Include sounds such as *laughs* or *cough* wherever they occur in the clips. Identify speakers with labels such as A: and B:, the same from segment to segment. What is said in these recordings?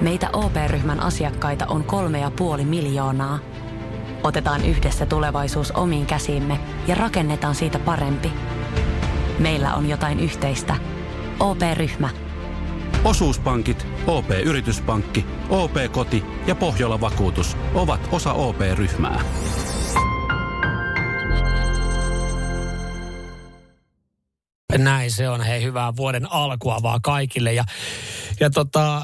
A: Meitä OP-ryhmän asiakkaita on kolme ja puoli miljoonaa. Otetaan yhdessä tulevaisuus omiin käsiimme ja rakennetaan siitä parempi. Meillä on jotain yhteistä. OP-ryhmä.
B: Osuuspankit, OP-yrityspankki, OP-koti ja Pohjola-vakuutus ovat osa OP-ryhmää.
C: Näin se on. Hei, hyvää vuoden alkua vaan kaikille. Ja, ja tota,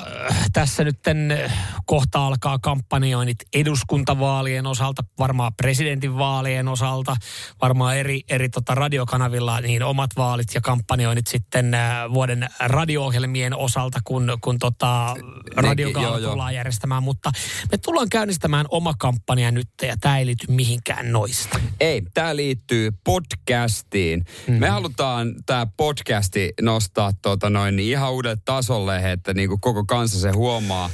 C: tässä nyt eh, kohta alkaa kampanjoinnit eduskuntavaalien osalta, varmaan presidentinvaalien osalta, varmaan eri, eri tota radiokanavilla niin omat vaalit ja kampanjoinnit sitten äh, vuoden radio-ohjelmien osalta, kun, kun tota, radiokaala
D: joo,
C: tullaan järjestämään. Mutta me tullaan käynnistämään oma kampanja nyt ja tämä ei liity mihinkään noista.
D: Ei, tämä liittyy podcastiin. Mm-hmm.
C: Mhm.
D: Me halutaan tämä podcasti nostaa tota noin, niin ihan uudelle tasolle, että niinku koko kansa se huomaa,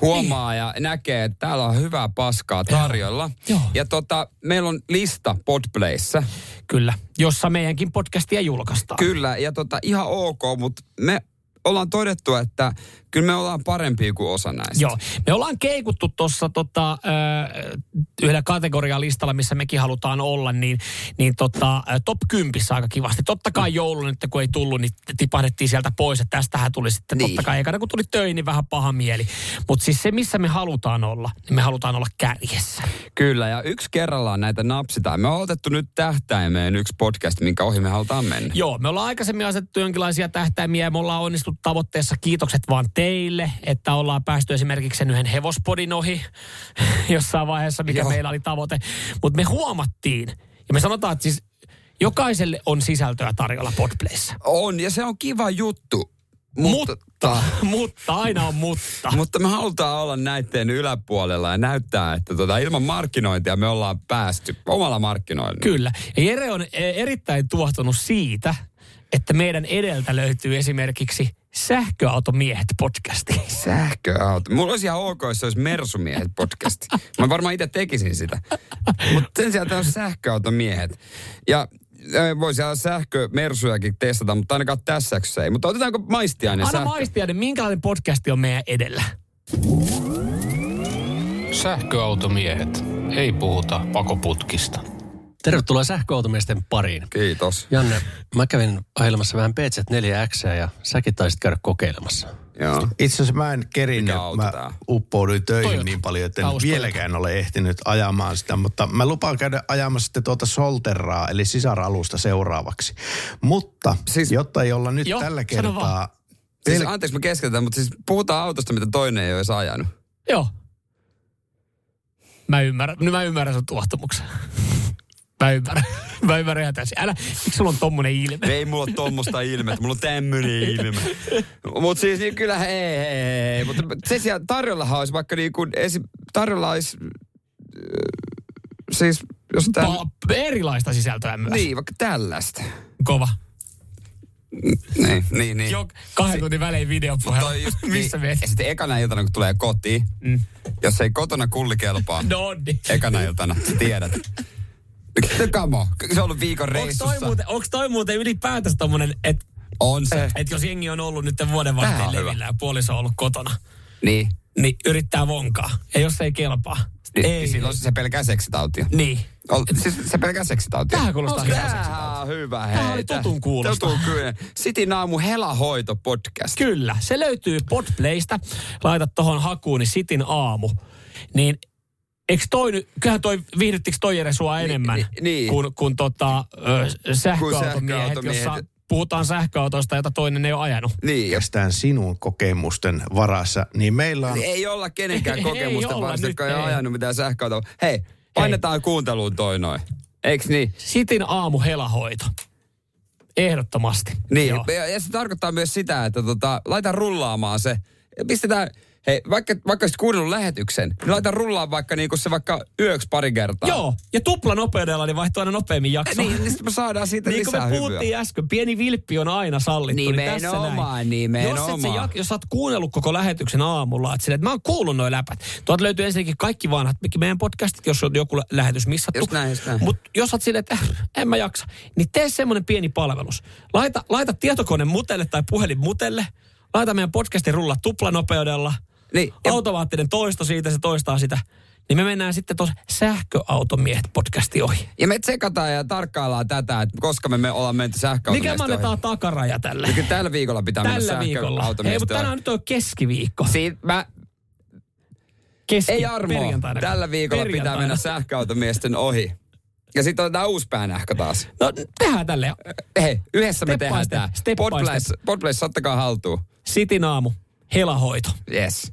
D: huomaa ja näkee, että täällä on hyvää paskaa tarjolla.
C: Niin. Joo.
D: Ja tota, meillä on lista Podplayssä.
C: Kyllä, jossa meidänkin podcastia julkaistaan.
D: Kyllä, ja tota, ihan ok, mutta me ollaan todettu, että kyllä me ollaan parempia kuin osa näistä.
C: Joo, me ollaan keikuttu tuossa tota, ö, yhdellä kategorialistalla, missä mekin halutaan olla, niin, niin tota, ö, top 10 aika kivasti. Totta kai joulu nyt, kun ei tullut, niin tipahdettiin sieltä pois, että tästähän tuli sitten,
D: Niin.
C: niin. totta kai ekana kun tuli töihin, niin vähän paha mieli. Mutta siis se, missä me halutaan olla, niin me halutaan olla kärjessä.
D: Kyllä, ja yksi kerrallaan näitä napsitaan. Me on otettu nyt tähtäimeen yksi podcast, minkä ohi me halutaan mennä.
C: Joo, me ollaan aikaisemmin asetettu jonkinlaisia tähtäimiä ja me ollaan onnistuttu tavoitteessa. Kiitokset vaan teille, että ollaan päästy esimerkiksi sen yhden hevospodin ohi *laughs* jossain vaiheessa, mikä
D: Joo.
C: Joo. meillä oli tavoite. Mutta me huomattiin, ja me sanotaan, että siis jokaiselle on sisältöä tarjolla Podplayssä.
D: On, ja se on kiva juttu.
C: Mutta, *laughs* mutta aina on mutta.
D: Mutta me halutaan olla näiden yläpuolella ja näyttää, että tota, ilman markkinointia me ollaan päästy omalla markkinoinnilla.
C: Kyllä. Ja Jere on eh, erittäin tuohtunut siitä, että meidän edeltä löytyy esimerkiksi sähköautomiehet podcasti.
D: Sähköauto. Mulla olisi ihan ok, jos se olisi Mersumiehet podcasti. Mä varmaan itse tekisin sitä. Mutta sen sijaan tää on sähköautomiehet. Ja ö, voisi olla sähkö Mersujakin testata, mutta ainakaan tässä jaksossa ei. Mutta otetaanko maistiainen
C: Anna
D: sähkö?
C: maistiainen, minkälainen podcasti on meidän edellä?
E: Sähköautomiehet. Ei puhuta pakoputkista.
F: Tervetuloa sähköautomiesten pariin.
D: Kiitos.
F: Janne, mä kävin ajelemassa vähän BZ4X ja säkin taisit käydä kokeilemassa.
D: Joo.
G: Itse asiassa mä en kerinnyt,
D: Mikä auto
G: mä
D: tää on?
G: uppouduin töihin
C: Toyota.
G: niin paljon, että en
C: Taustalla.
G: vieläkään ole ehtinyt ajamaan sitä, mutta mä lupaan käydä ajamassa sitten tuota Solteraa, eli sisaralusta seuraavaksi. Mutta,
D: Siis-
G: siis, jotta ei olla nyt
C: Joo,
G: Joo, tällä
C: sano vaan.
G: kertaa...
D: Siis, anteeksi, me keskeytän, mutta siis puhutaan autosta, mitä toinen ei ole edes ajanut.
C: Joo. Mä ymmärrän, nyt mä ymmärrän sun tuohtumuksen. Mä ymmärrän. *laughs* Mä ymmärrän ihan täysin. Älä, miksi sulla on tommonen ilme?
D: Ei mulla ole tommosta ilmettä, mulla on tämmönen ilme. Mut siis niin kyllä hei, hei, hei. Mutta sen sijaan tarjollahan olisi vaikka niin kuin, esi, tarjolla olisi, äh, siis jos on tämän,
C: Pa- erilaista sisältöä myös.
D: niin vaikka tällaista.
C: Kova.
D: Niin, niin, niin.
C: Jo kahden tunnin välein videopuhelu.
D: *laughs* Toi just-
C: Missä
D: niin,
C: me?
D: ja Sitten ekana iltana, kun tulee kotiin, mm. jos ei kotona kulli kelpaa, no.
C: No niin.
D: ekana iltana, sä *laughs* tiedät. Kamo, se on ollut viikon
C: Onks
D: reissussa.
C: toi, muuten, onks toi muuten ylipäätänsä tommonen, että
D: On se.
C: et jos jengi on ollut nyt vuoden
D: Tää
C: varten
D: on Eh. hyvä.
C: levillä ja puoliso on ollut kotona,
D: Niin.
C: niin yrittää vonkaa. Ja jos ei kelpaa,
D: Niin,
C: ei.
D: niin silloin se pelkää seksitautia.
C: Niin.
D: Ol, siis se pelkää seksitautia.
C: Tämähän kuulostaa
D: Onks
C: hyvältä.
D: Tämähän on hyvä. Hei.
C: Tämä oli tutun kuulosta.
D: Tutun kyllä. Sitin aamu helahoito podcast.
C: Kyllä, se löytyy Podplaysta. Laita tohon hakuun, niin sitin aamu. Niin eikö toi nyt, kyllähän toi, viihdyttikö toi Jere sua enemmän
D: ni- niin.
C: kuin, kuin tota, ö, sähköautomiehet,
D: sähköautomiehet.
C: jossa puhutaan sähköautoista, jota toinen ei ole ajanut.
D: Niin, jos
G: Kestään sinun kokemusten varassa, niin meillä on...
D: ei olla
C: *laughs*
D: kenenkään
C: Ei
D: kokemusta
C: olla
D: varsin,
C: nyt,
D: kun ei
C: ei.
D: ajanut mitään sähköautoa. Hei, painetaan kuunteluun toi noin. Eiks niin?
C: Sitin aamu helahoito. Ehdottomasti.
D: Niin,
C: Joo.
D: ja, ja se tarkoittaa myös sitä, että tota, laita rullaamaan se. Ja Pistetään, hei, vaikka, vaikka olisit kuunnellut lähetyksen, niin laita rullaan vaikka niinku se vaikka yöksi pari kertaa.
C: Joo, ja tupla nopeudella, niin vaihtuu aina nopeammin jakso.
D: Niin, niin sit me saadaan siitä
C: Niin kuin
D: lisää
C: me
D: hyvyä.
C: puhuttiin äsken, pieni vilppi on aina sallittu.
D: Nimenomaan,
C: niin tässä näin.
D: nimenomaan.
C: Jos, et sä, jak- jos sä oot kuunnellut koko lähetyksen aamulla, että, sille, että mä oon kuullut noi läpät. Tuolta löytyy ensinnäkin kaikki vanhat meidän podcastit, jos on joku lä- lähetys missattu.
D: Just näin, just näin.
C: Mutta jos oot silleen, että äh, en mä jaksa, niin tee semmoinen pieni palvelus. Laita, laita tietokone mutelle tai puhelin mutelle. Laita meidän podcastin rulla tuplanopeudella.
D: Niin, ja-
C: Automaattinen toisto siitä, se toistaa sitä. Niin me mennään sitten tuossa sähköautomiehet podcasti ohi.
D: Ja me tsekataan ja tarkkaillaan tätä, että koska me, me ollaan menty
C: Mikä me
D: sähköautomiestä
C: annetaan takaraja tälle?
D: Niin kyllä tällä viikolla pitää
C: Tällä
D: mennä
C: viikolla. Ei, mutta
D: sähköautomiestä
C: tänään nyt on keskiviikko.
D: Siin, mä,
C: Keski,
D: ei Armo,
C: perjantaina.
D: tällä viikolla pitää
C: Perjantaina.
D: mennä sähköautomiesten ohi. Ja sitten otetaan uusi päänähkö taas.
C: No tehdään tälleen.
D: Hei, yhdessä me
C: Step by
D: tehdään
C: step,
D: tämä.
C: step by
D: Podplace, Podplace, ottakaa haltuun.
C: Sitin aamu. Helahoito.
D: Yes.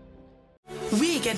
H: Weekend